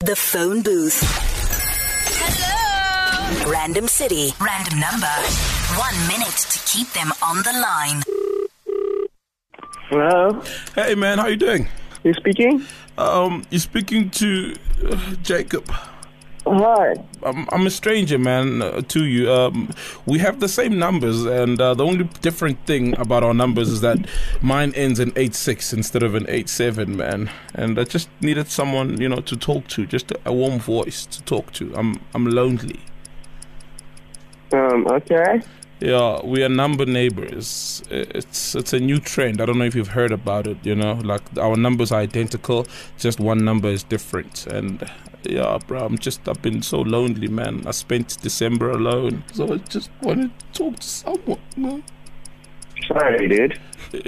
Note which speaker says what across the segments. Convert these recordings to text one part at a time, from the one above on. Speaker 1: The phone booth. Hello. Random city, random number. One minute to keep them on the line.
Speaker 2: Hello,
Speaker 3: Hey man, how you doing?
Speaker 2: you speaking?
Speaker 3: Um, you're speaking to uh, Jacob.
Speaker 2: Hi.
Speaker 3: I'm, I'm a stranger, man, uh, to you. Um, we have the same numbers, and uh, the only different thing about our numbers is that mine ends in eight six instead of an eight seven, man. And I just needed someone, you know, to talk to, just a, a warm voice to talk to. I'm I'm lonely.
Speaker 2: Um, okay.
Speaker 3: Yeah, we are number neighbors. It's it's a new trend. I don't know if you've heard about it. You know, like our numbers are identical, just one number is different. And yeah, bro, I'm just I've been so lonely, man. I spent December alone, so I just wanted to talk to someone. man.
Speaker 2: Sorry, dude.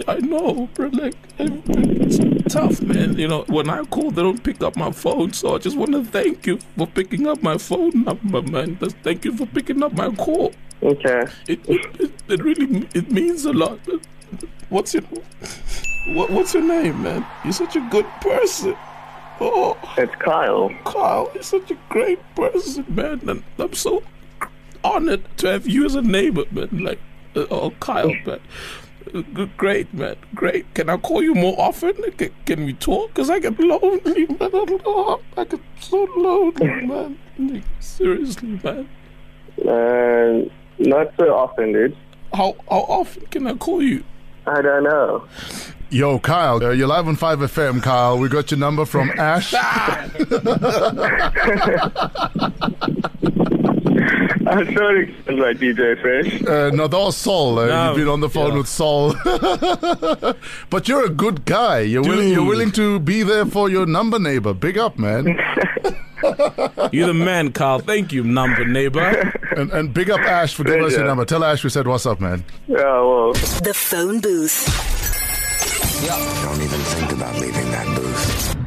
Speaker 3: I know, bro. Like it's tough, man. You know, when I call, they don't pick up my phone. So I just want to thank you for picking up my phone number, man. Just thank you for picking up my call
Speaker 2: Okay.
Speaker 3: it, it, it, it really it means a lot. What's your what, what's your name, man? You're such a good person. Oh,
Speaker 2: It's Kyle.
Speaker 3: Kyle, you're such a great person, man, and I'm so honored to have you as a neighbor, man. Like, uh, oh, Kyle, man. Uh, g- Great, man. Great. Can I call you more often? Can, can we talk? Because I get lonely, man. I don't know. I get so lonely, man. Like, seriously, man.
Speaker 2: Uh, not so often, dude.
Speaker 3: How, how often can I call you?
Speaker 2: I don't know.
Speaker 4: Yo, Kyle, uh, you're live on 5FM, Kyle. We got your number from Ash. uh,
Speaker 2: I'm sorry, my DJ Fresh.
Speaker 4: Uh, no, that was Sol. Uh,
Speaker 3: No,
Speaker 4: You've been on the phone
Speaker 3: yeah.
Speaker 4: with Sol. but you're a good guy. You're willing, you're
Speaker 3: Dude.
Speaker 4: willing to be there for your number neighbor. Big up, man.
Speaker 3: You're the man, Carl. Thank you, number neighbor.
Speaker 4: and, and big up Ash for giving us your
Speaker 2: Yeah.
Speaker 4: number. Tell Ash we said, what's up, man?
Speaker 2: Yeah, well,
Speaker 1: The phone booth.
Speaker 5: Don't even think about leaving that booth.